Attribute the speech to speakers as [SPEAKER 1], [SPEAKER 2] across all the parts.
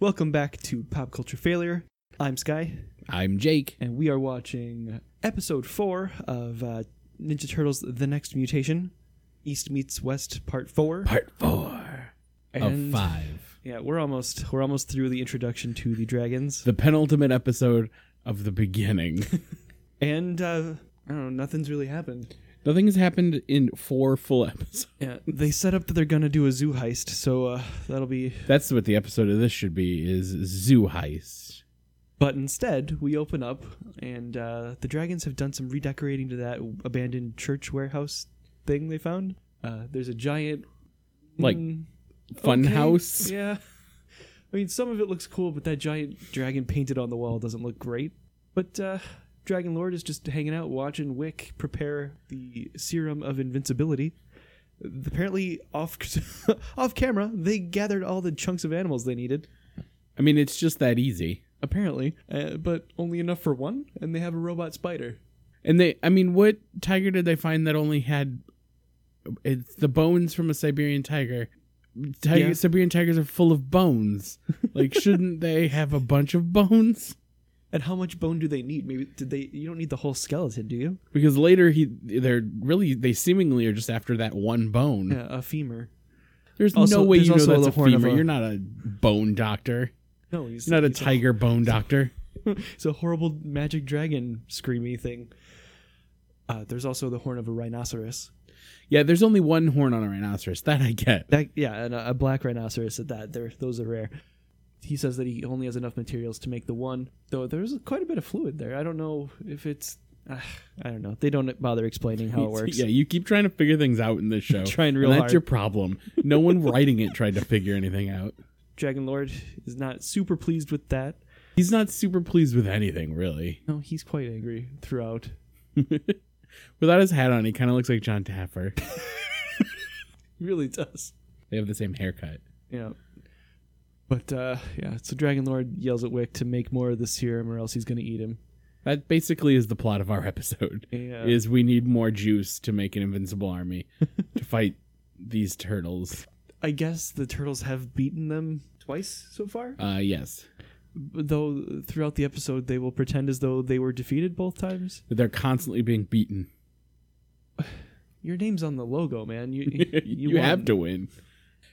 [SPEAKER 1] Welcome back to Pop Culture Failure. I'm Sky,
[SPEAKER 2] I'm Jake.
[SPEAKER 1] and we are watching episode four of uh, Ninja Turtles: The Next Mutation, East meets West, Part Four.
[SPEAKER 2] Part four
[SPEAKER 1] And-
[SPEAKER 2] of five.
[SPEAKER 1] Yeah, we're almost we're almost through the introduction to the dragons,
[SPEAKER 2] The penultimate episode of the beginning.
[SPEAKER 1] and uh, I don't know, nothing's really happened.
[SPEAKER 2] Nothing has happened in four full episodes.
[SPEAKER 1] Yeah, they set up that they're gonna do a zoo heist, so uh, that'll be.
[SPEAKER 2] That's what the episode of this should be is zoo heist.
[SPEAKER 1] But instead, we open up, and uh, the dragons have done some redecorating to that abandoned church warehouse thing they found. Uh, there's a giant,
[SPEAKER 2] Like
[SPEAKER 1] Mm,
[SPEAKER 2] fun
[SPEAKER 1] okay,
[SPEAKER 2] house.
[SPEAKER 1] Yeah, I mean, some of it looks cool, but that giant dragon painted on the wall doesn't look great. But uh, Dragon Lord is just hanging out, watching Wick prepare the serum of invincibility. Apparently, off off camera, they gathered all the chunks of animals they needed
[SPEAKER 2] I mean it's just that easy.
[SPEAKER 1] apparently, uh, but only enough for one, and they have a robot spider.
[SPEAKER 2] And they I mean what tiger did they find that only had it's the bones from a Siberian tiger. Tiger
[SPEAKER 1] Yeah.
[SPEAKER 2] Siberian tigers are full of bones. Like shouldn't they have a bunch of bones?
[SPEAKER 1] And how much bone do they need? Maybe did they? You don't need the whole skeleton, do you?
[SPEAKER 2] Because later he they're really they seemingly are just after that one bone.
[SPEAKER 1] Yeah, Uh, a femur.
[SPEAKER 2] There's
[SPEAKER 1] Also-
[SPEAKER 2] no way
[SPEAKER 1] there's
[SPEAKER 2] you know
[SPEAKER 1] also
[SPEAKER 2] that's
[SPEAKER 1] the
[SPEAKER 2] a
[SPEAKER 1] horn of
[SPEAKER 2] femur.
[SPEAKER 1] a-
[SPEAKER 2] You're not a bone doctor.
[SPEAKER 1] No, he's
[SPEAKER 2] You're not a
[SPEAKER 1] he's
[SPEAKER 2] tiger bone doctor.
[SPEAKER 1] It's a horrible magic dragon screamy thing. Uh, there's also the horn of a rhinoceros.
[SPEAKER 2] Yeah, there's only one horn on a rhinoceros. That I get.
[SPEAKER 1] That yeah, and a, a black rhinoceros at that. They're, those are rare. He says that he only has enough materials to make the one, though there's quite a bit of fluid there. I don't know if it's. Uh, I don't know. They don't bother explaining how it works.
[SPEAKER 2] Yeah, you keep trying to figure things out in this show.
[SPEAKER 1] Trying
[SPEAKER 2] and
[SPEAKER 1] real
[SPEAKER 2] That's
[SPEAKER 1] hard.
[SPEAKER 2] your problem. No one writing it tried to figure anything out.
[SPEAKER 1] Dragon Lord is not super pleased with that.
[SPEAKER 2] He's not super pleased with anything, really.
[SPEAKER 1] No, he's quite angry throughout.
[SPEAKER 2] Without his hat on, he kind of looks like John Taffer.
[SPEAKER 1] He really does.
[SPEAKER 2] they have the same haircut.
[SPEAKER 1] Yeah. But uh yeah, so Dragon Lord yells at Wick to make more of the serum or else he's gonna eat him. uh,
[SPEAKER 2] That basically is the plot of our episode.
[SPEAKER 1] Yeah.
[SPEAKER 2] Is we need more juice to make an invincible army to fight these turtles.
[SPEAKER 1] I guess the turtles have beaten them twice so far.
[SPEAKER 2] Uh yes.
[SPEAKER 1] Though throughout the episode they will pretend as though they were defeated both times.
[SPEAKER 2] They're constantly being beaten.
[SPEAKER 1] Your name's on the logo, man. You
[SPEAKER 2] you,
[SPEAKER 1] you, won.
[SPEAKER 2] have to win.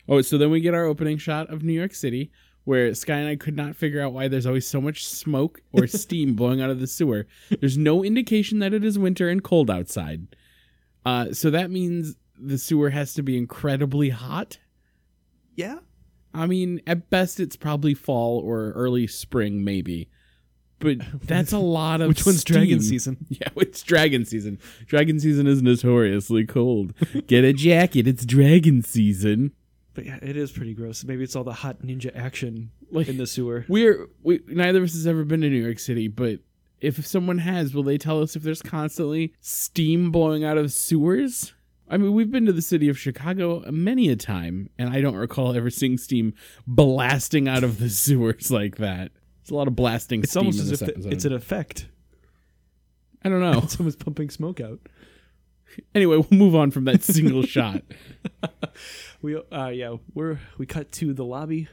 [SPEAKER 2] Oh, so then we get our opening shot of New York City, where Sky and I could not figure out why there's always so much smoke or steam blowing out of the sewer. There's no indication that it is winter and cold outside. Uh, so that means the sewer has to be incredibly hot.
[SPEAKER 1] Yeah.
[SPEAKER 2] I mean, at best, it's probably fall or early spring, maybe. But that's a lot of
[SPEAKER 1] Which one's dragon
[SPEAKER 2] steam.
[SPEAKER 1] season?
[SPEAKER 2] Yeah, it's dragon season. Dragon season is notoriously cold. Get a jacket. It's dragon season.
[SPEAKER 1] But yeah, it is pretty gross. Maybe it's all the hot ninja action
[SPEAKER 2] Like-
[SPEAKER 1] in the sewer.
[SPEAKER 2] We're we neither of us has ever been to New York City, but if someone has, will they tell us if there's constantly steam blowing out of sewers? I mean, we've been to the city of Chicago many a time, and I don't recall ever seeing steam blasting out of the sewers like that. It's a lot of blasting.
[SPEAKER 1] It's
[SPEAKER 2] steam
[SPEAKER 1] almost
[SPEAKER 2] in
[SPEAKER 1] as if
[SPEAKER 2] this
[SPEAKER 1] the-
[SPEAKER 2] episode.
[SPEAKER 1] it's an effect.
[SPEAKER 2] I don't know.
[SPEAKER 1] Someone's pumping smoke out.
[SPEAKER 2] Anyway, we'll move on from that single shot.
[SPEAKER 1] We uh yeah, we're we cut to the lobby.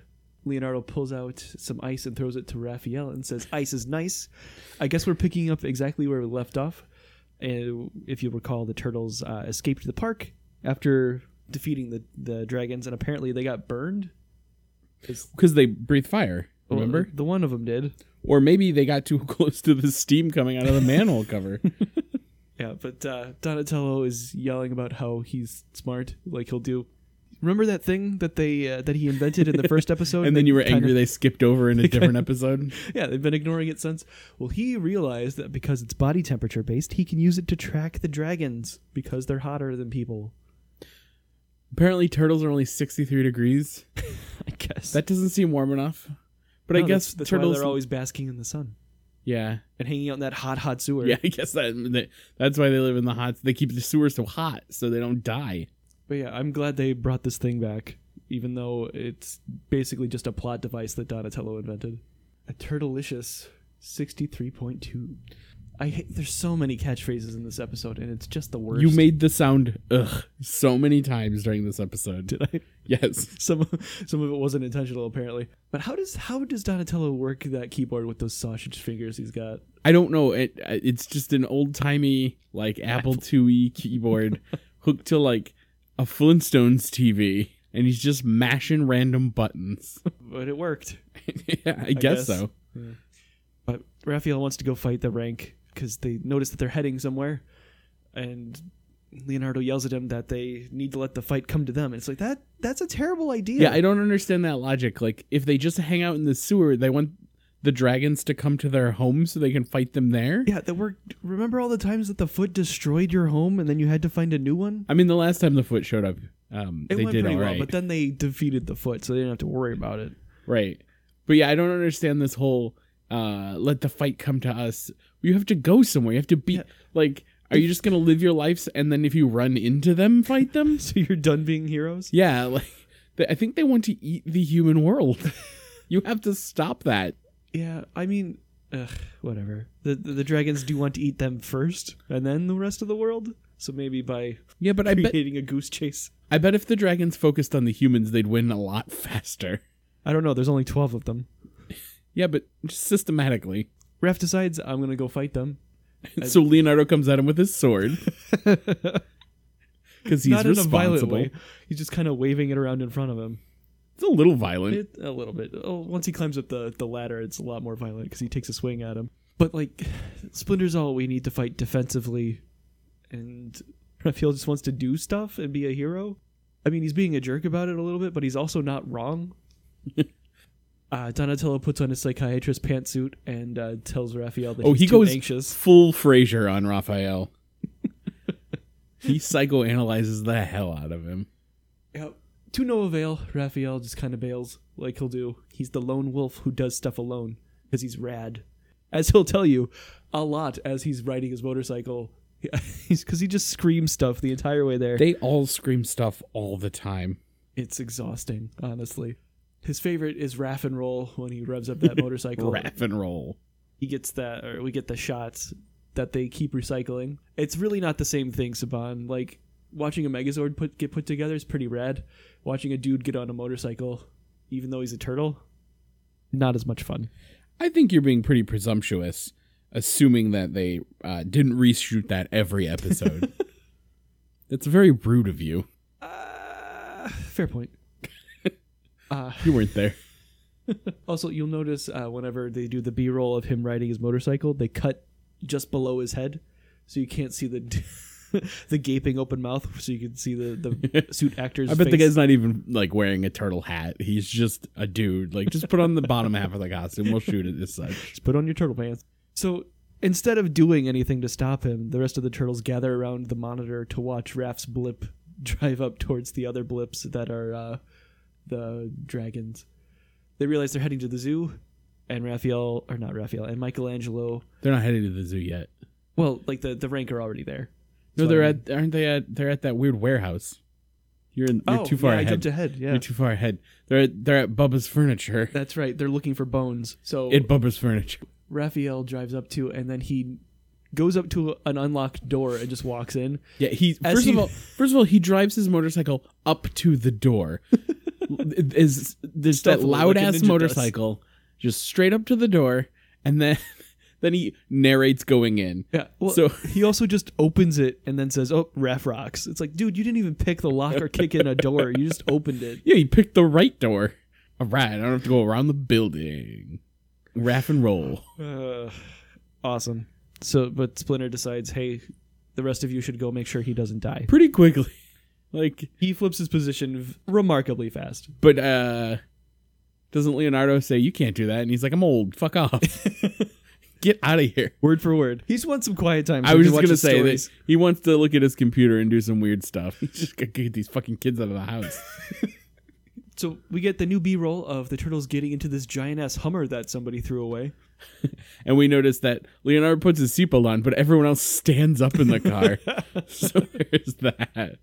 [SPEAKER 1] Leonardo pulls out some ice and throws it to Raphael and says, "Ice is nice." I guess we're picking up exactly where we left off. And if you recall, the turtles uh, escaped the park after defeating the the dragons, and apparently they got burned.
[SPEAKER 2] because they breathe fire.
[SPEAKER 1] Well, uh,
[SPEAKER 2] Remember?
[SPEAKER 1] the one of them did.
[SPEAKER 2] Or maybe they got too close to the steam coming out of the manhole cover.
[SPEAKER 1] Yeah, but uh, Donatello is yelling about how he's smart, like he'll do. Remember that thing that they uh, that he invented in the first episode,
[SPEAKER 2] and then
[SPEAKER 1] they
[SPEAKER 2] you were
[SPEAKER 1] kinda-
[SPEAKER 2] angry they skipped over in a different episode.
[SPEAKER 1] Yeah, they've been ignoring it since. Well, he realized that because it's body temperature based, he can use it to track the dragons because they're hotter than people.
[SPEAKER 2] Apparently, turtles are only 63 degrees.
[SPEAKER 1] I guess.
[SPEAKER 2] That doesn't seem warm enough. But I
[SPEAKER 1] No,
[SPEAKER 2] guess
[SPEAKER 1] that's, that's
[SPEAKER 2] turtles.
[SPEAKER 1] why they're always basking in the sun
[SPEAKER 2] yeah.
[SPEAKER 1] and hanging out in that hot, hot sewer.
[SPEAKER 2] Yeah, I guess that, that- that's why they live in the hot. They keep the sewer so hot so they don't die.
[SPEAKER 1] But yeah, I'm glad they brought this thing back, even though it's basically just a plot device that Donatello invented. A turtlelicious 63.2. I hate, there's so many catchphrases in this episode, and it's just the worst.
[SPEAKER 2] You made the sound ugh so many times during this episode.
[SPEAKER 1] did I?
[SPEAKER 2] Yes.
[SPEAKER 1] Some some of it wasn't intentional apparently. But how does how does Donatello work that keyboard with those sausage fingers he's got?
[SPEAKER 2] I don't know. It it's just an old timey like Apple IIe keyboard hooked to like a Flintstones TV, and he's just mashing random buttons.
[SPEAKER 1] But it worked.
[SPEAKER 2] yeah, I,
[SPEAKER 1] guess.
[SPEAKER 2] guess, so.
[SPEAKER 1] But Raphael wants to go fight the rank because they notice that they're heading somewhere, and Leonardo yells at him that they need to let the fight come to them. And it's like that that's a terrible idea.
[SPEAKER 2] Yeah, I don't understand that logic. Like, if they just hang out in the sewer, they want the dragons to come to their home so they can fight them there.
[SPEAKER 1] yeah, that were remember all the times that the foot destroyed your home and then you had to find a new one.
[SPEAKER 2] I mean, the last time the foot showed up, um,
[SPEAKER 1] It
[SPEAKER 2] they
[SPEAKER 1] went
[SPEAKER 2] did
[SPEAKER 1] pretty
[SPEAKER 2] all right.
[SPEAKER 1] well, but then they defeated the foot, so they didn't have to worry about it.
[SPEAKER 2] Right. But yeah, I don't understand this whole uh let the fight come to us. You have to go somewhere. You have to beat like are you just gonna live your lives and then if you run into them, fight them?
[SPEAKER 1] So you're done being heroes.
[SPEAKER 2] yeah, like th- I think they want to eat the human world. you have to stop that.
[SPEAKER 1] Yeah, I mean, ugh, whatever. The, the the dragons do want to eat them first, and then the rest of the world. So maybe by
[SPEAKER 2] Yeah, but I bet
[SPEAKER 1] creating a goose chase,
[SPEAKER 2] I bet if the dragons focused on the humans, they'd win a lot faster.
[SPEAKER 1] I don't know. There's only twelve of them.
[SPEAKER 2] Yeah, but just systematically.
[SPEAKER 1] Raph decides I'm gonna go fight them.
[SPEAKER 2] so Leonardo comes at him with his sword. Because he's
[SPEAKER 1] Not in a violent
[SPEAKER 2] responsible.
[SPEAKER 1] way. He's just kind of waving it around in front of him.
[SPEAKER 2] It's a little violent.
[SPEAKER 1] It, a little bit. Oh, once he climbs up the, the ladder, it's a lot more violent because he takes a swing at him. But like, Splinter's all we need to fight defensively, and Raphael just wants to do stuff and be a hero. I mean, he's being a jerk about it a little bit, but he's also not wrong. uh, Donatello puts on his psychiatrist pantsuit and uh, tells Raphael that
[SPEAKER 2] Oh,
[SPEAKER 1] he's
[SPEAKER 2] he
[SPEAKER 1] too
[SPEAKER 2] goes
[SPEAKER 1] anxious.
[SPEAKER 2] full Frasier on Raphael. he psychoanalyzes the hell out of him.
[SPEAKER 1] Yep. To no avail, Raphael just kind of bails, like he'll do. He's the lone wolf who does stuff alone, because he's rad. As he'll tell you a lot as he's riding his motorcycle, because he just screams stuff the entire way there.
[SPEAKER 2] They all scream stuff all the time.
[SPEAKER 1] It's exhausting, honestly. His favorite is Raff and Roll when he revs up that motorcycle.
[SPEAKER 2] Rap and roll.
[SPEAKER 1] He gets that, or we get the shots that they keep recycling. It's really not the same thing, Saban. Like, watching a Megazord put, get put together is pretty rad. Watching a dude get on a motorcycle, even though he's a turtle, not as much fun.
[SPEAKER 2] I think you're being pretty presumptuous, assuming that they uh, didn't reshoot that every episode. That's very rude of you.
[SPEAKER 1] Uh, fair point. uh,
[SPEAKER 2] You weren't there.
[SPEAKER 1] also, you'll notice uh, whenever they do the B roll of him riding his motorcycle, they cut just below his head, so you can't see the. the gaping open mouth, so you can see the the suit actor's.
[SPEAKER 2] I bet the
[SPEAKER 1] face.
[SPEAKER 2] guy's not even like wearing a turtle hat. He's just a dude. Like, just put on the bottom half of the costume. We'll shoot it as such.
[SPEAKER 1] Just put on your turtle pants. So instead of doing anything to stop him, the rest of the turtles gather around the monitor to watch Raph's blip drive up towards the other blips that are uh, the dragons. They realize they're heading to the zoo, and Raphael, or not Raphael, and Michelangelo.
[SPEAKER 2] They're not headed to the zoo yet.
[SPEAKER 1] Well, like the the rank are already there.
[SPEAKER 2] No,
[SPEAKER 1] So
[SPEAKER 2] they're
[SPEAKER 1] I-
[SPEAKER 2] at aren't they at they're at that weird warehouse. You're in, you're
[SPEAKER 1] oh,
[SPEAKER 2] too far
[SPEAKER 1] yeah, I
[SPEAKER 2] ahead.
[SPEAKER 1] jumped ahead. Yeah,
[SPEAKER 2] You're too far ahead. They're at, they're at Bubba's Furniture.
[SPEAKER 1] that's right. They're looking for bones. So
[SPEAKER 2] At Bubba's Furniture.
[SPEAKER 1] Raphael drives up to, and then he goes up to an unlocked door and just walks in.
[SPEAKER 2] Yeah, he
[SPEAKER 1] As
[SPEAKER 2] first
[SPEAKER 1] he-
[SPEAKER 2] of all first of all he drives his motorcycle up to the door. Is there's that
[SPEAKER 1] Stealthily,
[SPEAKER 2] loud
[SPEAKER 1] like a ninja
[SPEAKER 2] ass
[SPEAKER 1] does.
[SPEAKER 2] motorcycle just straight up to the door and then then he narrates going in.
[SPEAKER 1] Yeah. Well,
[SPEAKER 2] So-
[SPEAKER 1] so he also just opens it and then says, "Oh, ref rocks." It's like, dude, you didn't even pick the lock or kick in a door. You just opened it.
[SPEAKER 2] Yeah, he picked the right door. All right, I don't have to go around the building. Raff and roll.
[SPEAKER 1] Uh, awesome. So, but Splinter decides, hey, the rest of you should go make sure he doesn't die.
[SPEAKER 2] Pretty quickly. Like
[SPEAKER 1] He flips his position v- remarkably fast.
[SPEAKER 2] But uh doesn't Leonardo say you can't do that? And he's like, I'm old. Fuck off. Get out of here.
[SPEAKER 1] Word for word. He's won some quiet time.
[SPEAKER 2] I was just gonna say that he wants to look at his computer and do some weird stuff. He's just gonna get these fucking kids out of the house.
[SPEAKER 1] So we get the new B-roll of the turtles getting into this giant ass Hummer that somebody threw away.
[SPEAKER 2] And we notice that Leonardo puts his seatbelt on, but everyone else stands up in the car. so there's that.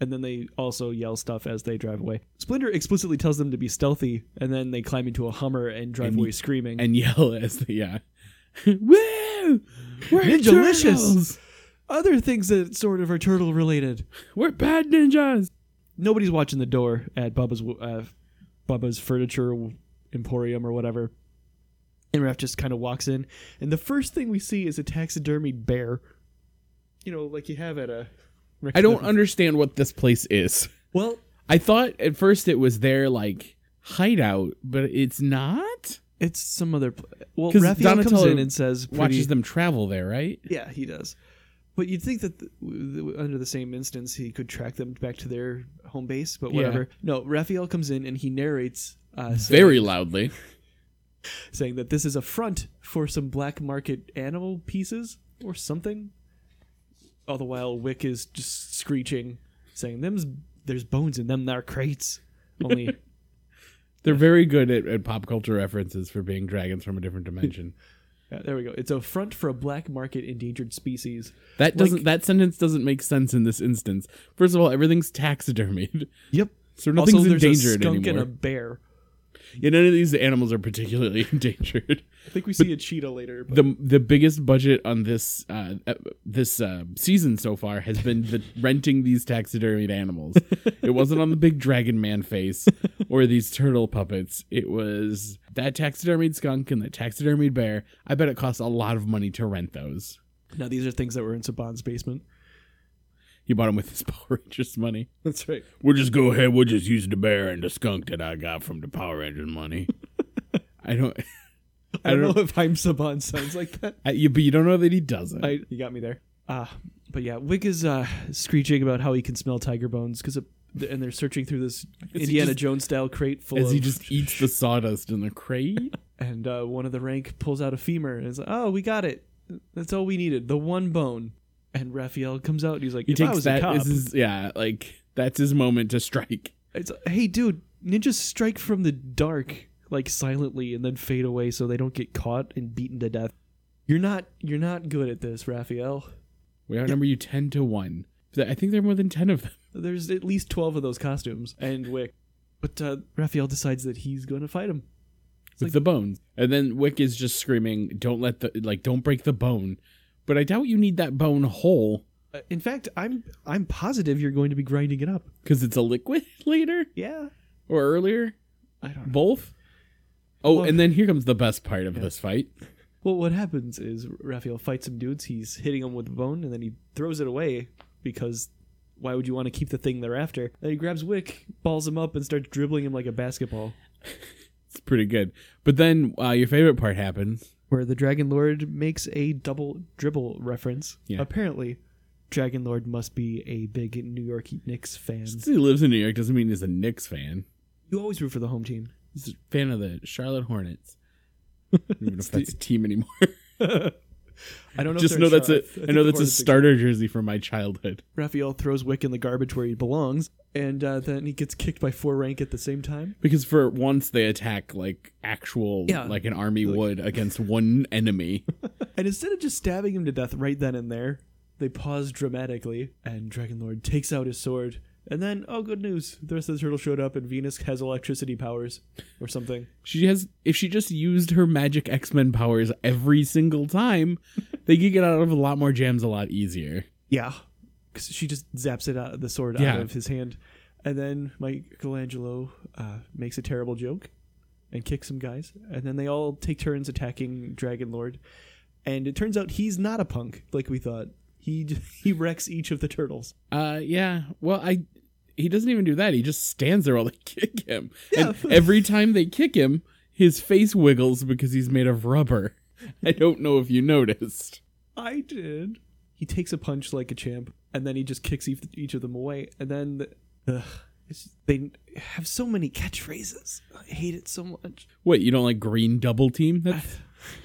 [SPEAKER 1] and then they also yell stuff as they drive away. Splinter explicitly tells them to be stealthy, and then they climb into a Hummer and drive away screaming.
[SPEAKER 2] And yell as the yeah. uh, Woo! We're
[SPEAKER 1] Ninjalicious.
[SPEAKER 2] turtles.
[SPEAKER 1] Other things that sort of are turtle related.
[SPEAKER 2] We're bad ninjas.
[SPEAKER 1] Nobody's watching the door at Bubba's uh, Bubba's Furniture Emporium or whatever. And Raph just kind of walks in, and the first thing we see is a taxidermied bear. You know, like you have at a.
[SPEAKER 2] I don't understand what this place is.
[SPEAKER 1] Well,
[SPEAKER 2] I thought at first it was their like hideout, but it's not.
[SPEAKER 1] it's some other. Pl- well,
[SPEAKER 2] 'Cause
[SPEAKER 1] Raphael comes
[SPEAKER 2] Donatello
[SPEAKER 1] in and says, pretty,
[SPEAKER 2] Watches them travel there, right?
[SPEAKER 1] Yeah, he does. But you'd think that th- w- w- under the same instance, he could track them back to their home base, but
[SPEAKER 2] Yeah.
[SPEAKER 1] whatever. No, Raphael comes in and he narrates uh, saying,
[SPEAKER 2] Very loudly.
[SPEAKER 1] saying that this is a front for some black market animal pieces or something. All the while, Wick is just screeching, saying, "Them's there's bones in them, thar crates." Only
[SPEAKER 2] They're very good at, at pop culture references for being dragons from a different dimension.
[SPEAKER 1] Yeah, there we go. It's a front for a black market endangered species.
[SPEAKER 2] That doesn't. that sentence doesn't make sense in this instance. First of all, everything's taxidermied,
[SPEAKER 1] Yep.
[SPEAKER 2] so nothing's
[SPEAKER 1] also, there's a
[SPEAKER 2] endangered
[SPEAKER 1] skunk and
[SPEAKER 2] anymore.
[SPEAKER 1] a bear.
[SPEAKER 2] Yeah, none of these animals are particularly endangered.
[SPEAKER 1] I think we see a cheetah later. But
[SPEAKER 2] the The biggest budget on this uh, uh, this uh, season so far has been the renting these taxidermied animals. it wasn't on the big dragon man face or these turtle puppets. It was that taxidermied skunk and that taxidermied bear. I bet it costs a lot of money to rent those.
[SPEAKER 1] now these are things that were in Saban's basement.
[SPEAKER 2] He bought them with his Power Rangers money.
[SPEAKER 1] That's right.
[SPEAKER 2] We'll just go ahead. We'll just use the bear and the skunk that I got from the Power Rangers money. I don't.
[SPEAKER 1] I don't know if I'm Saban sounds like that.
[SPEAKER 2] I, you, but you don't know that he doesn't.
[SPEAKER 1] I, you got me there. Uh, but yeah, Wick is uh, screeching about how he can smell tiger bones because and they're searching through this Indiana
[SPEAKER 2] just-
[SPEAKER 1] Jones style crate full
[SPEAKER 2] as
[SPEAKER 1] of
[SPEAKER 2] he just eats the sawdust in the crate.
[SPEAKER 1] and uh, one of the rank pulls out a femur and is like, "Oh, we got it. That's all we needed. The one bone." And Raphael comes out and he's like,
[SPEAKER 2] He
[SPEAKER 1] "If I
[SPEAKER 2] takes
[SPEAKER 1] was
[SPEAKER 2] that
[SPEAKER 1] a cop,
[SPEAKER 2] as his yeah, like that's his moment to strike.
[SPEAKER 1] it's hey, dude, ninjas strike from the dark like silently and then fade away so they don't get caught and beaten to death. You're not you're not good at this, Raphael."
[SPEAKER 2] We outnumber you ten to one. Th- I think there are more than ten of them.
[SPEAKER 1] There's at least 12 of those costumes and Wick. But uh, Raphael decides that he's going to fight him.
[SPEAKER 2] with
[SPEAKER 1] like-
[SPEAKER 2] the bones. And then Wick is just screaming, Don't let the like don't break the bone. But I doubt you need that bone whole
[SPEAKER 1] Uh, In fact, I'm I'm positive you're going to be grinding it up.
[SPEAKER 2] because it's a liquid later
[SPEAKER 1] Yeah.
[SPEAKER 2] or earlier.
[SPEAKER 1] I don't know.
[SPEAKER 2] Both. Oh,
[SPEAKER 1] Well-
[SPEAKER 2] and then here comes the best part of this fight.
[SPEAKER 1] Well, what happens is Raphael fights some dudes. He's hitting them with a bone and then he throws it away because why would you want to keep the thing they're after? Then he grabs Wick, balls him up, and starts dribbling him like a basketball.
[SPEAKER 2] It's pretty good. But then uh, your favorite part happens.
[SPEAKER 1] Where the Dragon Lord makes a double dribble reference.
[SPEAKER 2] Yeah.
[SPEAKER 1] Apparently, Dragon Lord must be a big New York Knicks fan.
[SPEAKER 2] Since he lives in New York doesn't mean he's a Knicks fan.
[SPEAKER 1] You always root for the home team.
[SPEAKER 2] He's a fan of the Charlotte Hornets. I don't even know if that's a team anymore.
[SPEAKER 1] I don't know.
[SPEAKER 2] Just know that's it. I know that's a starter jersey from my childhood.
[SPEAKER 1] Raphael throws Wick in the garbage where he belongs, and uh, then he gets kicked by four rank at the same time.
[SPEAKER 2] Because for once they attack like actual
[SPEAKER 1] Yeah.
[SPEAKER 2] like an army would against one enemy.
[SPEAKER 1] And instead of just stabbing him to death right then and there, they pause dramatically, and Dragon Lord takes out his sword. And then, oh, good news! The rest of the turtle showed up, and Venus has electricity powers or something.
[SPEAKER 2] She has if she just used her magic X-Men powers every single time, they could get out of a lot more jams a lot easier.
[SPEAKER 1] Yeah, because she just zaps it out the sword out
[SPEAKER 2] Yeah.
[SPEAKER 1] of his hand, and then Michelangelo uh, makes a terrible joke and kicks some guys, and then they all take turns attacking Dragon Lord, and it turns out he's not a punk like we thought. He he wrecks each of the turtles.
[SPEAKER 2] Uh yeah. Well, I he doesn't even do that. He just stands there while they kick him.
[SPEAKER 1] Yeah.
[SPEAKER 2] And every time they kick him, his face wiggles because he's made of rubber. I don't know if you noticed.
[SPEAKER 1] I did. He takes a punch like a champ, and then he just kicks each, each of them away, and then. The, ugh, it's, they have so many catchphrases. I hate it so much.
[SPEAKER 2] What, you don't like green double team? That's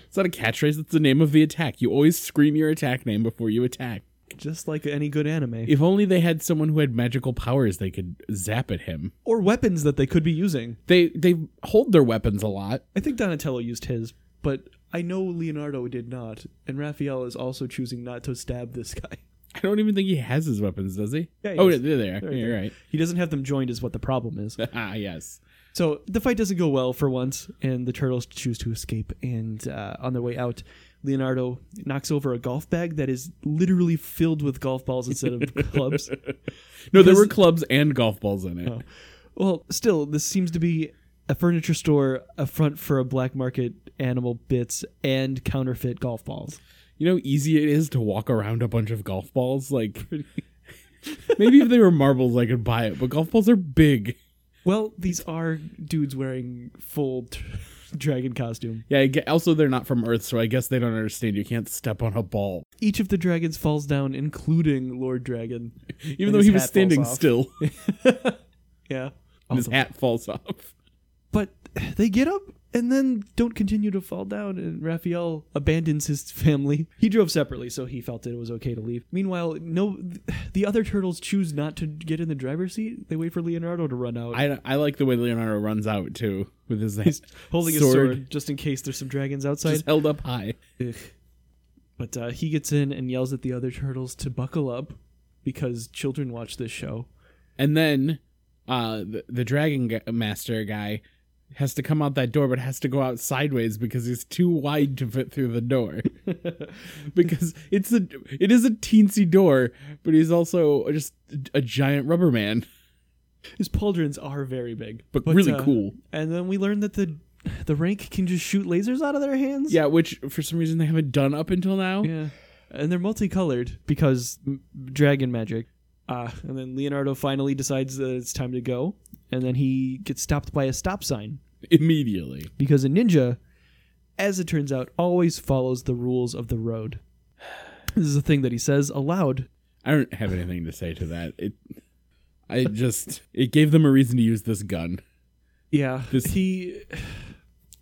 [SPEAKER 2] it's not a catchphrase, that's the name of the attack. You always scream your attack name before you attack.
[SPEAKER 1] Just like any good anime.
[SPEAKER 2] If only they had someone who had magical powers they could zap at him.
[SPEAKER 1] or weapons that they could be using.
[SPEAKER 2] They they hold their weapons a lot.
[SPEAKER 1] I think Donatello used his, but I know Leonardo did not, and Raphael is also choosing not to stab this guy.
[SPEAKER 2] I don't even think he has his weapons, does he?
[SPEAKER 1] Yeah, he
[SPEAKER 2] oh,
[SPEAKER 1] does.
[SPEAKER 2] they're there.
[SPEAKER 1] he
[SPEAKER 2] You're right.
[SPEAKER 1] He doesn't have them joined, is what the problem is.
[SPEAKER 2] Ah, yes.
[SPEAKER 1] So the fight doesn't go well for once, and the turtles choose to escape. And uh, on their way out, Leonardo knocks over a golf bag that is literally filled with golf balls instead of clubs.
[SPEAKER 2] No, there
[SPEAKER 1] Because-
[SPEAKER 2] were clubs and golf balls in
[SPEAKER 1] Oh.
[SPEAKER 2] it.
[SPEAKER 1] Well, still, this seems to be a furniture store, a front for a black market animal bits, and counterfeit golf balls.
[SPEAKER 2] You know, how easy it is to walk around a bunch of golf balls. Like, maybe if they were marbles, I could buy it. But golf balls are big.
[SPEAKER 1] Well, these are dudes wearing full t- dragon costume.
[SPEAKER 2] Yeah. I ge- also, they're not from Earth, so I guess they don't understand. You can't step on a ball,
[SPEAKER 1] Each of the dragons falls down, including Lord Dragon.
[SPEAKER 2] even
[SPEAKER 1] And
[SPEAKER 2] though
[SPEAKER 1] his
[SPEAKER 2] he was
[SPEAKER 1] hat falls
[SPEAKER 2] standing
[SPEAKER 1] off.
[SPEAKER 2] still. and
[SPEAKER 1] Yeah.
[SPEAKER 2] his hat falls off.
[SPEAKER 1] But they get up and then don't continue to fall down, and Raphael abandons his family. He drove separately, so he felt it was okay to leave. Meanwhile, no, the other turtles choose not to get in the driver's seat. They wait for Leonardo to run out.
[SPEAKER 2] I, I like the way Leonardo runs out too, with his
[SPEAKER 1] He's
[SPEAKER 2] hands
[SPEAKER 1] holding his
[SPEAKER 2] Sword.
[SPEAKER 1] sword just in case there's some dragons outside.
[SPEAKER 2] just held up high.
[SPEAKER 1] Ugh. But uh, he gets in and yells at the other turtles to buckle up because children watch this show.
[SPEAKER 2] And then uh, the, the dragon g- master guy has to come out that door, but has to go out sideways because he's too wide to fit through the door. because it's a it is a teensy door, but he's also just a giant rubber man,
[SPEAKER 1] His pauldrons are very big,
[SPEAKER 2] but, really
[SPEAKER 1] uh,
[SPEAKER 2] cool.
[SPEAKER 1] And then we learn that the the rank can just shoot lasers out of their hands.
[SPEAKER 2] Yeah, which for some reason they haven't done up until now.
[SPEAKER 1] yeah. And they're multicolored because m- dragon magic. Uh, and then Leonardo finally decides that it's time to go, and then he gets stopped by a stop sign.
[SPEAKER 2] Immediately,
[SPEAKER 1] because a ninja, as it turns out, always follows the rules of the road. This is a thing that he says aloud.
[SPEAKER 2] I don't have anything to say to that. It, I just it gave them a reason to use this gun.
[SPEAKER 1] Yeah,
[SPEAKER 2] This-
[SPEAKER 1] he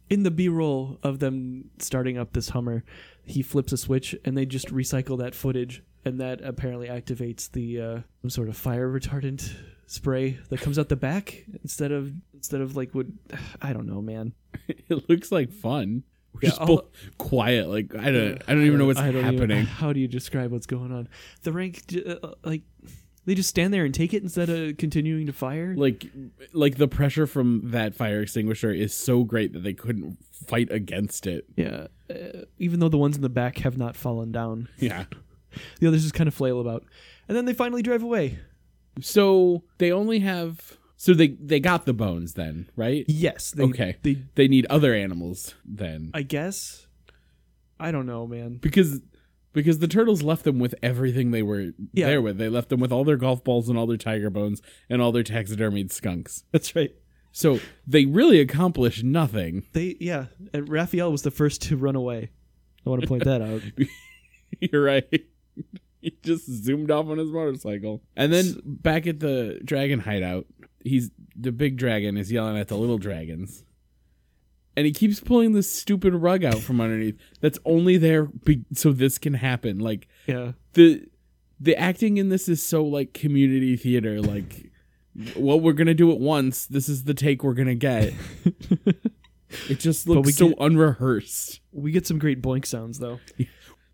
[SPEAKER 1] in the B-roll of them starting up this Hummer, he flips a switch and they just recycle that footage, and that apparently activates the uh, some sort of fire retardant spray that comes out the back instead of instead of like what I don't know, man.
[SPEAKER 2] It looks like fun. We're
[SPEAKER 1] Yeah,
[SPEAKER 2] just
[SPEAKER 1] I'll-
[SPEAKER 2] both quiet. Like I don't, I don't even know what's
[SPEAKER 1] I don't even-
[SPEAKER 2] happening.
[SPEAKER 1] how do you describe what's going on? The rank, uh, like, they just stand there and take it instead of continuing to fire.
[SPEAKER 2] like, like the pressure from that fire extinguisher is so great that they couldn't fight against it.
[SPEAKER 1] yeah, uh, even though the ones in the back have not fallen down,
[SPEAKER 2] Yeah.
[SPEAKER 1] the others just kind of flail about, and then they finally drive away.
[SPEAKER 2] So they only have. So they they got the bones then, right?
[SPEAKER 1] Yes. They,
[SPEAKER 2] Okay.
[SPEAKER 1] They,
[SPEAKER 2] They need other animals then
[SPEAKER 1] I guess. I don't know, man.
[SPEAKER 2] because because the turtles left them with everything they were
[SPEAKER 1] Yeah.
[SPEAKER 2] there with. They left them with all their golf balls and all their tiger bones and all their taxidermied skunks.
[SPEAKER 1] That's right.
[SPEAKER 2] So they really accomplished nothing.
[SPEAKER 1] They yeah, and Raphael was the first to run away. I want to point that out.
[SPEAKER 2] You're right. He just zoomed off on his motorcycle. And then back at the dragon hideout, he's the big dragon is yelling at the little dragons. And he keeps pulling this stupid rug out from underneath that's only there be- so this can happen. Like
[SPEAKER 1] Yeah.
[SPEAKER 2] the the acting in this is so like community theater like well we're going to do it once. This is the take we're going to get. it just
[SPEAKER 1] we
[SPEAKER 2] looks so
[SPEAKER 1] get-
[SPEAKER 2] unrehearsed.
[SPEAKER 1] We get some great boink sounds though.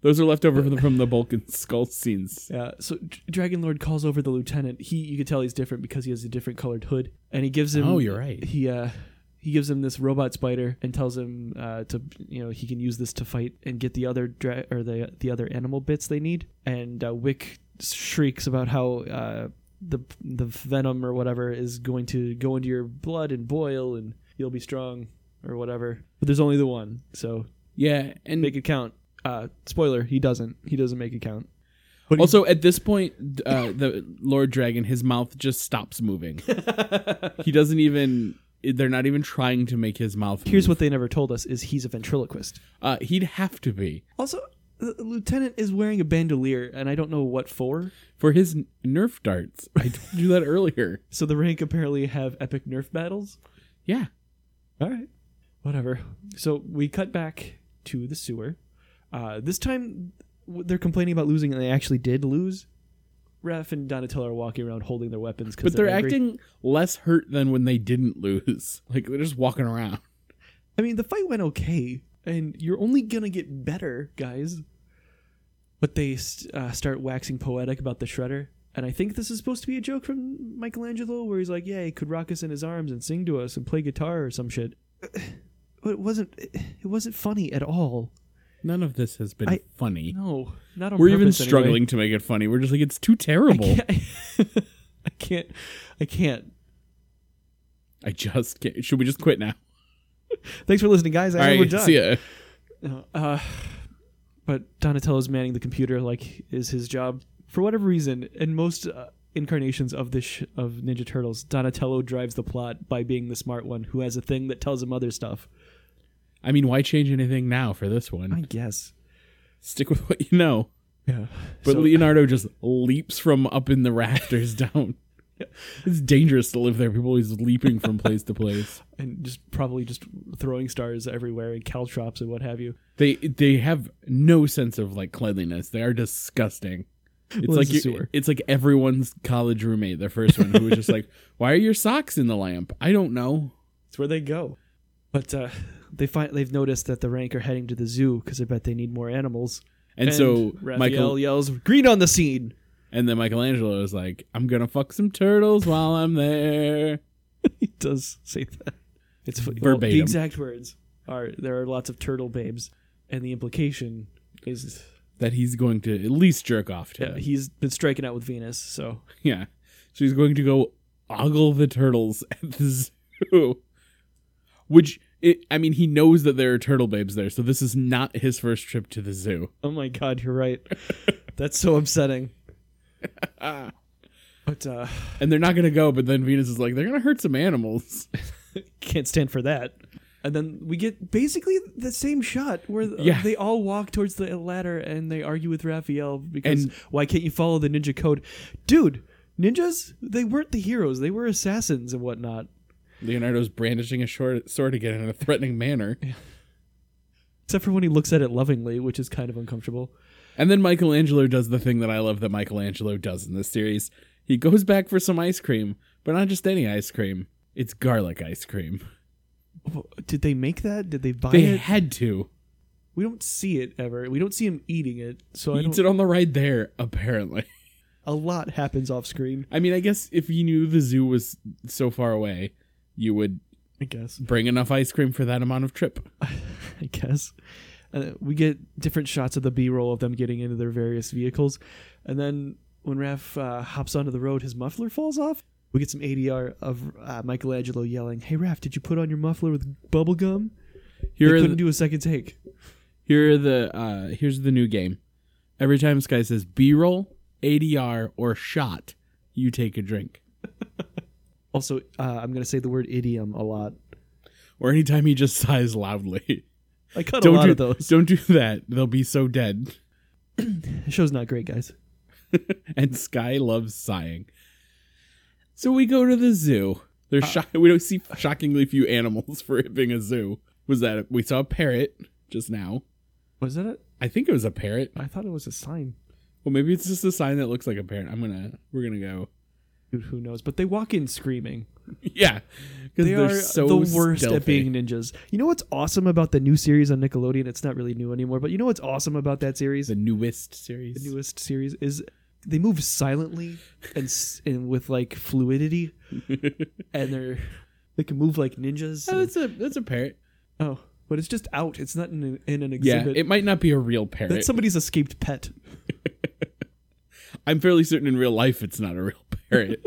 [SPEAKER 2] Those are left over from the, from the Bulk and Skull scenes.
[SPEAKER 1] Yeah. So D- Dragon Lord calls over the lieutenant. He, you can tell he's different because he has a different colored hood, and he gives him.
[SPEAKER 2] Oh, you're right.
[SPEAKER 1] He uh, he gives him this robot spider and tells him uh, to you know he can use this to fight and get the other dra- or the the other animal bits they need. And uh, Wick shrieks about how. Uh, the, the venom or whatever is going to go into your blood and boil and you'll be strong or whatever but there's only the one so
[SPEAKER 2] Yeah, and
[SPEAKER 1] make it count uh spoiler he doesn't he doesn't make it count but he
[SPEAKER 2] also at this point, uh, the Lord Dragon, his mouth just stops moving. he doesn't even. They're not even trying to make his mouth.
[SPEAKER 1] here's
[SPEAKER 2] move.
[SPEAKER 1] what they never told us is he's a ventriloquist
[SPEAKER 2] uh, he'd have to be
[SPEAKER 1] also the lieutenant is wearing a bandolier and i don't know what for
[SPEAKER 2] for his n- Nerf darts. I told you that earlier.
[SPEAKER 1] so the rank apparently have epic nerf battles
[SPEAKER 2] Yeah,
[SPEAKER 1] all right whatever so we cut back to the sewer uh, this time w- they're complaining about losing and they actually did lose Raph and Donatello are walking around holding their weapons because
[SPEAKER 2] but they're,
[SPEAKER 1] angry.
[SPEAKER 2] acting less hurt than when they didn't lose. Like they're just walking around.
[SPEAKER 1] I mean, the fight went okay, and you're only gonna get better, guys. But they st- uh, start waxing poetic about the shredder, And I think this is supposed to be a joke from Michelangelo where he's like, yeah, he could rock us in his arms and sing to us and play guitar or some shit. But it wasn't it wasn't funny at all.
[SPEAKER 2] None of this has been
[SPEAKER 1] I-
[SPEAKER 2] funny.
[SPEAKER 1] No, not on
[SPEAKER 2] We're even
[SPEAKER 1] purpose anyway.
[SPEAKER 2] struggling to make it funny. We're just like it's too terrible.
[SPEAKER 1] I can't, I can't I can't.
[SPEAKER 2] I just can't. Should we just quit now?
[SPEAKER 1] Thanks for listening guys. I
[SPEAKER 2] All
[SPEAKER 1] think we're
[SPEAKER 2] right,
[SPEAKER 1] done.
[SPEAKER 2] see ya.
[SPEAKER 1] No, Uh, but Donatello's manning the computer like is his job for whatever reason. In most uh, incarnations of this sh- of Ninja Turtles, Donatello drives the plot by being the smart one who has a thing that tells him other stuff.
[SPEAKER 2] I mean, why change anything now for this one?
[SPEAKER 1] I guess.
[SPEAKER 2] Stick with what you know.
[SPEAKER 1] Yeah.
[SPEAKER 2] But
[SPEAKER 1] So-
[SPEAKER 2] Leonardo just leaps from up in the rafters down. It's dangerous to live there. People always leaping from place to place.
[SPEAKER 1] and just probably just throwing stars everywhere and caltrops and what have you.
[SPEAKER 2] They they have no sense of like cleanliness. They are disgusting. It's
[SPEAKER 1] Well,
[SPEAKER 2] like
[SPEAKER 1] it's a
[SPEAKER 2] you-
[SPEAKER 1] sewer.
[SPEAKER 2] it's like everyone's college roommate, the first one who was just like, "Why are your socks in the lamp?" I don't know.
[SPEAKER 1] It's where they go. But uh, they find they've noticed that the rank are heading to the zoo because I bet they need more animals.
[SPEAKER 2] And, so
[SPEAKER 1] Raphael
[SPEAKER 2] Michael
[SPEAKER 1] yells, "Green on the scene!"
[SPEAKER 2] and then Michelangelo is like, "I'm gonna fuck some turtles while I'm there."
[SPEAKER 1] he does say that. It's fu- well,
[SPEAKER 2] Verbatim.
[SPEAKER 1] the exact words are there are lots of turtle babes, and the implication is
[SPEAKER 2] That he's going to at least jerk off to.
[SPEAKER 1] yeah, he's been striking out with Venus. So
[SPEAKER 2] Yeah. So he's going to go ogle the turtles at the zoo. Which, it, I mean, he knows that there are turtle babes there, so this is not his first trip to the zoo.
[SPEAKER 1] oh my god, you're right. That's so upsetting. But uh,
[SPEAKER 2] And they're not going to go, but then Venus is like, they're going to hurt some animals.
[SPEAKER 1] can't stand for that. And then we get basically the same shot where th-
[SPEAKER 2] Yeah.
[SPEAKER 1] they all walk towards the ladder and they argue with Raphael because
[SPEAKER 2] And-
[SPEAKER 1] why can't you follow the ninja code, dude? Ninjas, they weren't the heroes; they were assassins and whatnot.
[SPEAKER 2] Leonardo's brandishing a short sword again in a threatening manner.
[SPEAKER 1] except for when he looks at it lovingly, which is kind of uncomfortable.
[SPEAKER 2] And then Michelangelo does the thing that I love that Michelangelo does in this series. He goes back for some ice cream, but not just any ice cream. It's garlic ice cream.
[SPEAKER 1] Did they make that? Did they buy
[SPEAKER 2] They
[SPEAKER 1] it?
[SPEAKER 2] had to.
[SPEAKER 1] We don't see it ever. We don't see him eating it. So I
[SPEAKER 2] He eats
[SPEAKER 1] don't,
[SPEAKER 2] it on the ride there, apparently.
[SPEAKER 1] a lot happens off screen,
[SPEAKER 2] I mean, I guess if you knew the zoo was so far away, you would
[SPEAKER 1] I guess.
[SPEAKER 2] bring enough ice cream for that amount of trip.
[SPEAKER 1] I guess. Uh, we get different shots of the B-roll of them getting into their various vehicles, and then when Raph uh, hops onto the road, his muffler falls off. We get some ADR of uh, Michelangelo yelling, "Hey Raph, did you put on your muffler with bubble gum?" They
[SPEAKER 2] Here are
[SPEAKER 1] couldn't
[SPEAKER 2] the,
[SPEAKER 1] do a second take.
[SPEAKER 2] here are the uh, here's the new game. Every time Sky says B-roll, ADR, or shot, you take a drink.
[SPEAKER 1] Also, uh, I'm gonna say the word idiom a lot.
[SPEAKER 2] Or anytime he just sighs loudly.
[SPEAKER 1] I cut
[SPEAKER 2] Don't
[SPEAKER 1] a lot
[SPEAKER 2] do
[SPEAKER 1] of those.
[SPEAKER 2] Don't do that. They'll be so dead.
[SPEAKER 1] The show's not great, guys.
[SPEAKER 2] and Sky loves sighing. So we go to the zoo.
[SPEAKER 1] Uh.
[SPEAKER 2] There's sho- we don't see shockingly few animals for it being a zoo. Was that we saw a parrot just now?
[SPEAKER 1] Was that it?
[SPEAKER 2] I think it was a parrot.
[SPEAKER 1] I thought it was a sign.
[SPEAKER 2] Well, maybe it's just a sign that looks like a parrot. I'm gonna we're gonna go.
[SPEAKER 1] Dude, who knows? But they walk in screaming.
[SPEAKER 2] Yeah, because
[SPEAKER 1] They
[SPEAKER 2] they are
[SPEAKER 1] are
[SPEAKER 2] so
[SPEAKER 1] the worst at
[SPEAKER 2] stealthy.
[SPEAKER 1] being ninjas. You know what's awesome about the new series on Nickelodeon? It's not really new anymore, but you know what's awesome about that series,
[SPEAKER 2] the newest series.
[SPEAKER 1] the newest series, is they move silently and s- and with like fluidity, and they're they can move like ninjas.
[SPEAKER 2] Oh,
[SPEAKER 1] and-
[SPEAKER 2] that's a that's a parrot.
[SPEAKER 1] oh, but it's just out. It's not in, a, in an
[SPEAKER 2] Yeah,
[SPEAKER 1] exhibit.
[SPEAKER 2] it might not be a real parrot.
[SPEAKER 1] that's somebody's escaped pet.
[SPEAKER 2] I'm fairly certain in real life it's not a real parrot.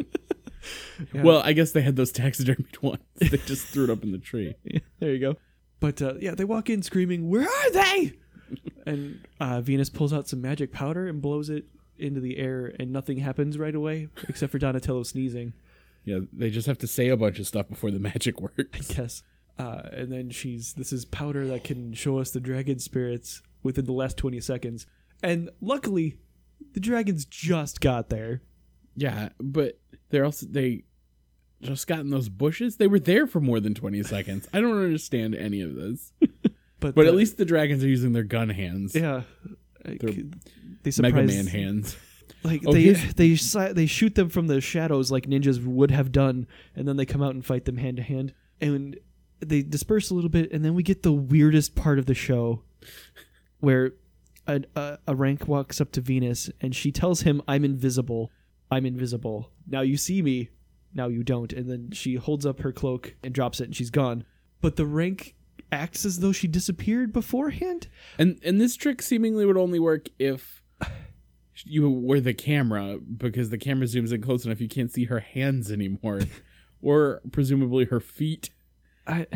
[SPEAKER 1] Yeah.
[SPEAKER 2] Well, I guess they had those taxidermied ones. They just threw it up in the tree.
[SPEAKER 1] there you go. But uh, yeah, they walk in screaming, "Where are they?" and uh, Venus pulls out some magic powder and blows it into the air, and nothing happens right away except for Donatello sneezing.
[SPEAKER 2] Yeah, they just have to say a bunch of stuff before the magic works.
[SPEAKER 1] Yes. Uh, and then she's, "This is powder that can show us the dragon spirits within the last twenty seconds." And luckily, the dragons just got there.
[SPEAKER 2] Yeah, but they're also they just got in those bushes. They were there for more than twenty seconds. I don't understand any of this.
[SPEAKER 1] But
[SPEAKER 2] But at
[SPEAKER 1] the-
[SPEAKER 2] least the dragons are using their gun hands,
[SPEAKER 1] yeah. like,
[SPEAKER 2] They're
[SPEAKER 1] They
[SPEAKER 2] Mega
[SPEAKER 1] surprised,
[SPEAKER 2] Man hands.
[SPEAKER 1] like
[SPEAKER 2] Oh,
[SPEAKER 1] they
[SPEAKER 2] here's-
[SPEAKER 1] they si- they shoot them from the shadows like ninjas would have done, and then they come out and fight them hand to hand, and they disperse a little bit, and then we get the weirdest part of the show, where a, a, a rank walks up to Venus and she tells him, "I'm invisible," I'm invisible. Now you see me. Now you don't. And then she holds up her cloak and drops it and she's gone. But the rank acts as though she disappeared beforehand.
[SPEAKER 2] And and this trick seemingly would only work if you were the camera because the camera zooms in close enough you can't see her hands anymore or presumably her feet.
[SPEAKER 1] I,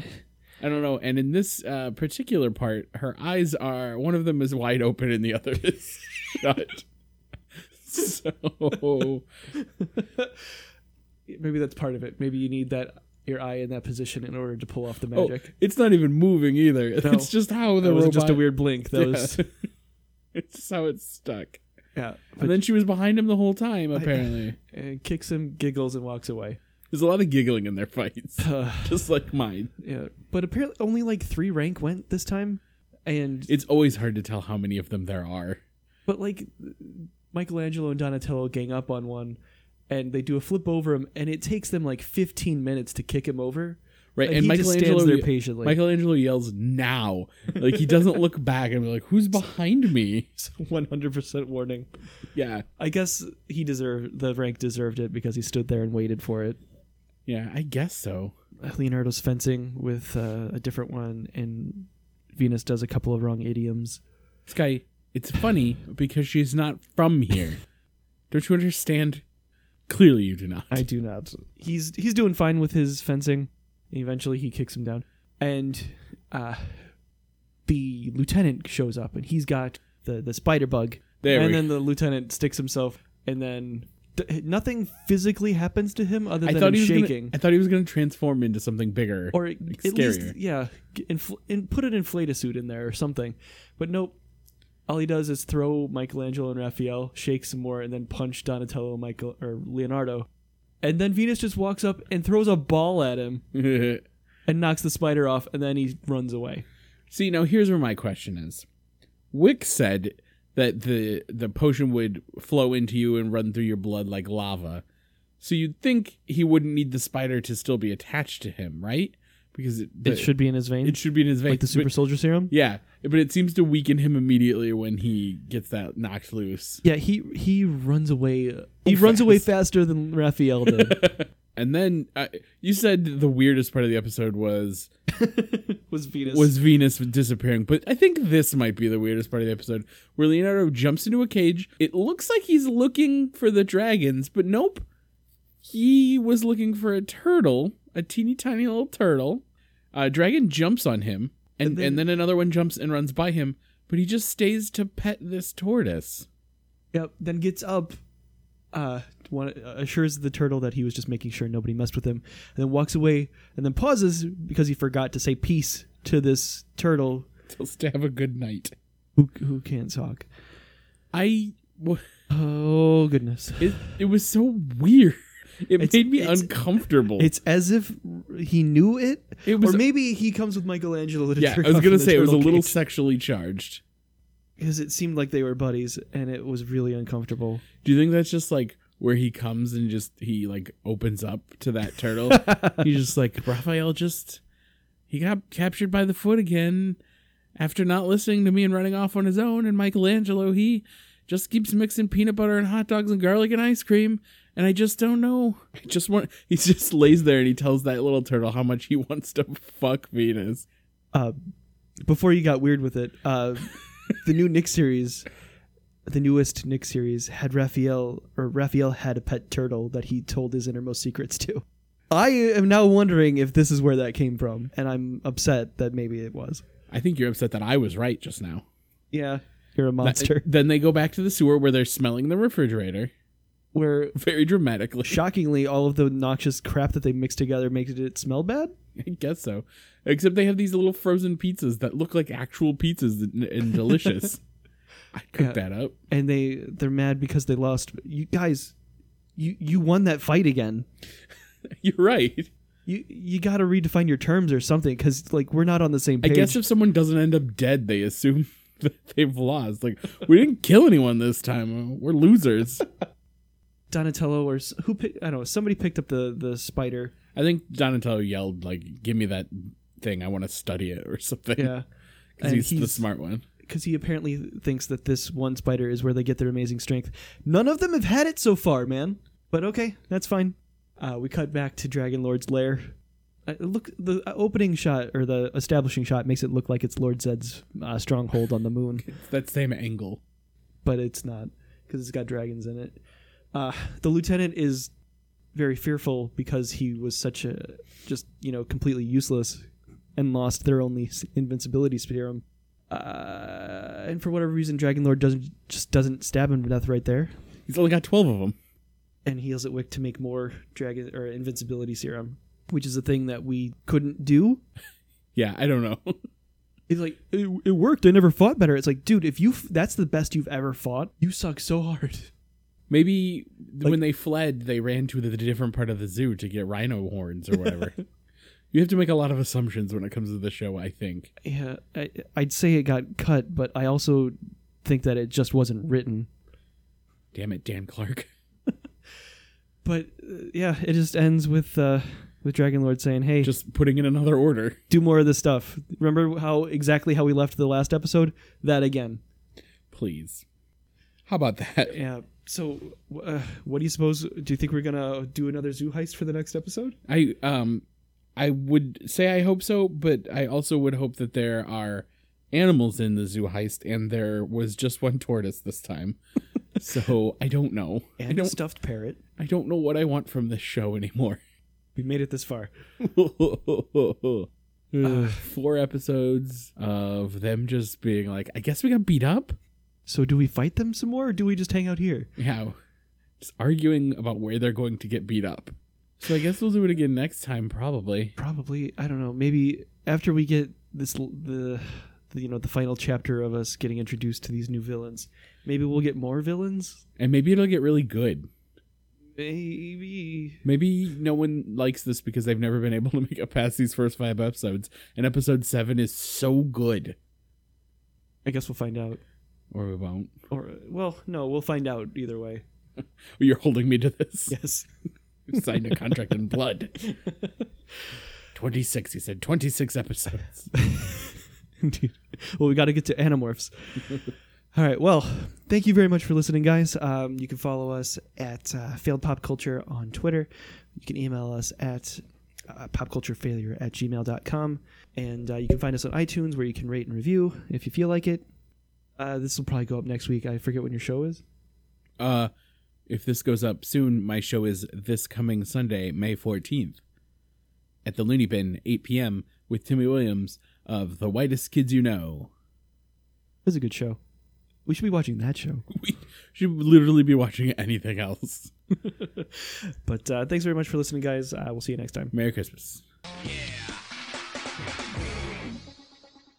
[SPEAKER 2] I don't know. And in this uh, particular part, her eyes are one of them is wide open and the other is not. So
[SPEAKER 1] maybe that's part of it. Maybe you need that your eye in that position in order to pull off the
[SPEAKER 2] oh,
[SPEAKER 1] magic.
[SPEAKER 2] it's not even moving either.
[SPEAKER 1] No.
[SPEAKER 2] It's just how the
[SPEAKER 1] that was
[SPEAKER 2] robot.
[SPEAKER 1] just a weird blink. That
[SPEAKER 2] Yeah.
[SPEAKER 1] was
[SPEAKER 2] it's just how it's stuck.
[SPEAKER 1] yeah. But
[SPEAKER 2] And then she was behind him the whole time. Apparently,
[SPEAKER 1] and kicks him, giggles, and walks away.
[SPEAKER 2] there's a lot of giggling in their fights,
[SPEAKER 1] Uh,
[SPEAKER 2] just like mine.
[SPEAKER 1] yeah, but apparently only like three rank went this time, and
[SPEAKER 2] It's always hard to tell how many of them there are.
[SPEAKER 1] but like Michelangelo and Donatello gang up on one, and they do a flip over him, and it takes them like 15 minutes to kick him over.
[SPEAKER 2] Right,
[SPEAKER 1] Like,
[SPEAKER 2] and
[SPEAKER 1] he just
[SPEAKER 2] Michelangelo,
[SPEAKER 1] stands there patiently.
[SPEAKER 2] Michelangelo yells now, like he doesn't look back and be like, "Who's behind me?"
[SPEAKER 1] It's a 100% warning.
[SPEAKER 2] Yeah,
[SPEAKER 1] I guess he deserved the rank deserved it because he stood there and waited for it.
[SPEAKER 2] yeah, I guess so.
[SPEAKER 1] Leonardo's fencing with uh, a different one, and Venus does a couple of wrong idioms.
[SPEAKER 2] This guy, it's funny because she's not from here. Don't you understand? Clearly, you do not.
[SPEAKER 1] I do not. He's he's doing fine with his fencing. And eventually, he kicks him down, and uh, the lieutenant shows up, and he's got the the spider bug.
[SPEAKER 2] There
[SPEAKER 1] and
[SPEAKER 2] we-
[SPEAKER 1] then the lieutenant sticks himself, and then d- nothing physically happens to him other
[SPEAKER 2] I
[SPEAKER 1] than
[SPEAKER 2] thought
[SPEAKER 1] him
[SPEAKER 2] he was gonna-
[SPEAKER 1] shaking.
[SPEAKER 2] I thought he was going to transform into something bigger.
[SPEAKER 1] or
[SPEAKER 2] like,
[SPEAKER 1] at least
[SPEAKER 2] scarier.
[SPEAKER 1] yeah g- infl- and put an inflate suit in there or something but nope all he does is throw michelangelo and raphael shake some more and then punch donatello michael or leonardo and then venus just walks up and throws a ball at him and knocks the spider off and then he runs away
[SPEAKER 2] See, now here's where my question is. Wick said that the the potion would flow into you and run through your blood like lava. So you'd think he wouldn't need the spider to still be attached to him, right? Because it,
[SPEAKER 1] it should be in his veins
[SPEAKER 2] it should be in his veins.
[SPEAKER 1] like the super
[SPEAKER 2] but-
[SPEAKER 1] soldier serum
[SPEAKER 2] yeah, but it seems to weaken him immediately when he gets that knocked loose.
[SPEAKER 1] yeah he he runs away uh, he runs away faster than raphael did
[SPEAKER 2] And then uh, you said the weirdest part of the episode was
[SPEAKER 1] was venus
[SPEAKER 2] was Venus disappearing. But I think this might be the weirdest part of the episode where Leonardo jumps into a cage. It looks like he's looking for the dragons, but nope. He was looking for a turtle, a teeny tiny little turtle. A dragon jumps on him, and, and,
[SPEAKER 1] And
[SPEAKER 2] then,
[SPEAKER 1] then-
[SPEAKER 2] another one jumps and runs by him, but he just stays to pet this tortoise.
[SPEAKER 1] Yep. Then gets up, uh, one, uh, assures the turtle that he was just making sure nobody messed with him, and then walks away, and then pauses because he forgot to say peace to this turtle
[SPEAKER 2] Just to have a good night.
[SPEAKER 1] who who can't talk.
[SPEAKER 2] I. wa-
[SPEAKER 1] Oh goodness!
[SPEAKER 2] It, it was so weird. It
[SPEAKER 1] It's-
[SPEAKER 2] made me
[SPEAKER 1] it's-
[SPEAKER 2] uncomfortable.
[SPEAKER 1] It's as if he knew it,
[SPEAKER 2] It was-
[SPEAKER 1] or maybe he comes with Michelangelo. To
[SPEAKER 2] yeah,
[SPEAKER 1] jerk
[SPEAKER 2] I was
[SPEAKER 1] off
[SPEAKER 2] gonna
[SPEAKER 1] in the
[SPEAKER 2] say it was a
[SPEAKER 1] turtle
[SPEAKER 2] little
[SPEAKER 1] cage.
[SPEAKER 2] sexually charged.
[SPEAKER 1] because it seemed like they were buddies, and it was really uncomfortable.
[SPEAKER 2] Do you think that's just like where he comes and just he like opens up to that turtle? He's just like Raphael just he got captured by the foot again after not listening to me and running off on his own and Michelangelo he just keeps mixing peanut butter and hot dogs and garlic and ice cream and I just don't know. I just want he just lays there and he tells that little turtle how much he wants to fuck Venus.
[SPEAKER 1] uh, before you got weird with it, uh, the new Nick series, the newest Nick series had Raphael or Raphael had a pet turtle that he told his innermost secrets to. I am now wondering if this is where that came from, and I'm upset that maybe it was.
[SPEAKER 2] I think you're upset that I was right just now.
[SPEAKER 1] Yeah, you're a monster.
[SPEAKER 2] Then they go back to the sewer where they're smelling the refrigerator
[SPEAKER 1] Where
[SPEAKER 2] very dramatically.
[SPEAKER 1] shockingly, all of the noxious crap that they mixed together makes it smell bad.
[SPEAKER 2] I guess so. Except they have these little frozen pizzas that look like actual pizzas and, and delicious. I'd cook
[SPEAKER 1] Yeah.
[SPEAKER 2] that up.
[SPEAKER 1] and they they're mad because they lost. You guys, you you won that fight again.
[SPEAKER 2] You're right.
[SPEAKER 1] you you got to redefine your terms or something because like we're not on the same
[SPEAKER 2] I
[SPEAKER 1] page.
[SPEAKER 2] guess if someone doesn't end up dead, they assume that they've lost. Like, we didn't kill anyone this time. Uh, We're losers.
[SPEAKER 1] Donatello or s- who pick, I don't know somebody picked up the the spider.
[SPEAKER 2] I think Donatello yelled, like, give me that thing. I want to study it or something.
[SPEAKER 1] Yeah,
[SPEAKER 2] Because
[SPEAKER 1] and
[SPEAKER 2] he's, the
[SPEAKER 1] he's-
[SPEAKER 2] smart one.
[SPEAKER 1] because he apparently thinks that this one spider is where they get their amazing strength. None of them have had it so far, man. But okay, that's fine. Uh, we cut back to Dragon Lord's lair. Uh, look, the opening shot or the establishing shot makes it look like it's Lord Zed's uh, stronghold on the moon,
[SPEAKER 2] It's that same angle.
[SPEAKER 1] but it's not because it's got dragons in it. Uh, the lieutenant is very fearful because he was such a just you know completely useless and lost their only s- invincibility serum. Uh, and for whatever reason, Dragon Lord doesn't just doesn't stab him to death right there,
[SPEAKER 2] He's only got 12 of them.
[SPEAKER 1] and heals at Wick to make more dragon or invincibility serum, which is a thing that we couldn't do
[SPEAKER 2] Yeah, I don't know.
[SPEAKER 1] It's like it, it worked. I never fought better. It's like, dude, if you f- that's the best you've ever fought, you suck so hard.
[SPEAKER 2] Maybe
[SPEAKER 1] Like-
[SPEAKER 2] when they fled, they ran to the different part of the zoo to get rhino horns or whatever. you have to make a lot of assumptions when it comes to the show, I think.
[SPEAKER 1] Yeah, I, I'd say it got cut, but I also think that it just wasn't written.
[SPEAKER 2] Damn it, Dan Clark.
[SPEAKER 1] But uh, yeah, it just ends with uh, with Dragon Lord saying, "Hey,
[SPEAKER 2] Just putting in another order.
[SPEAKER 1] do more of this stuff. Remember how exactly how we left the last episode? That again."
[SPEAKER 2] Please. How about that?
[SPEAKER 1] Yeah. So, uh, what do you suppose? Do you think we're gonna do another zoo heist for the next episode?
[SPEAKER 2] I um I would say I hope so, but I also would hope that there are animals in the zoo heist and there was just one tortoise this time. so I don't know. I
[SPEAKER 1] And a
[SPEAKER 2] don't
[SPEAKER 1] stuffed parrot.
[SPEAKER 2] I don't know what I want from this show anymore.
[SPEAKER 1] We made it this far.
[SPEAKER 2] Uh, four episodes of them just being like, I guess we got beat up.
[SPEAKER 1] So, do we fight them some more, or do we just hang out here?
[SPEAKER 2] Yeah. Just arguing about where they're going to get beat up. So I guess we'll do it again next time, probably.
[SPEAKER 1] probably i don't know maybe after we get this l- the, the you know the final chapter of us getting introduced to these new villains maybe we'll get more villains
[SPEAKER 2] And maybe it'll get really good.
[SPEAKER 1] maybe
[SPEAKER 2] Maybe no one likes this because they've never been able to make it past these first five episodes. And episode seven is so good.
[SPEAKER 1] i guess we'll find out
[SPEAKER 2] Or we won't.
[SPEAKER 1] or uh, well no we'll find out either way
[SPEAKER 2] Oh, You're holding me to this.
[SPEAKER 1] yes
[SPEAKER 2] You signed a contract in blood. 26, he said. 26 episodes.
[SPEAKER 1] indeed well we got to get to animorphs all right well thank you very much for listening guys um, you can follow us at uh, failed pop culture on twitter you can email us at uh, popculturefailure at gmail.com and uh, you can find us on itunes where you can rate and review if you feel like it uh, this will probably go up next week i forget when your show is
[SPEAKER 2] Uh, if this goes up soon, my show is this coming Sunday, May 14th, at the Looney Bin, 8 p.m., with Timmy Williams of The Whitest Kids You Know.
[SPEAKER 1] it's a good show we should be watching that show
[SPEAKER 2] We should literally be watching anything else.
[SPEAKER 1] but uh, thanks very much for listening guys uh, we'll see you next time
[SPEAKER 2] Merry Christmas.
[SPEAKER 3] Yeah.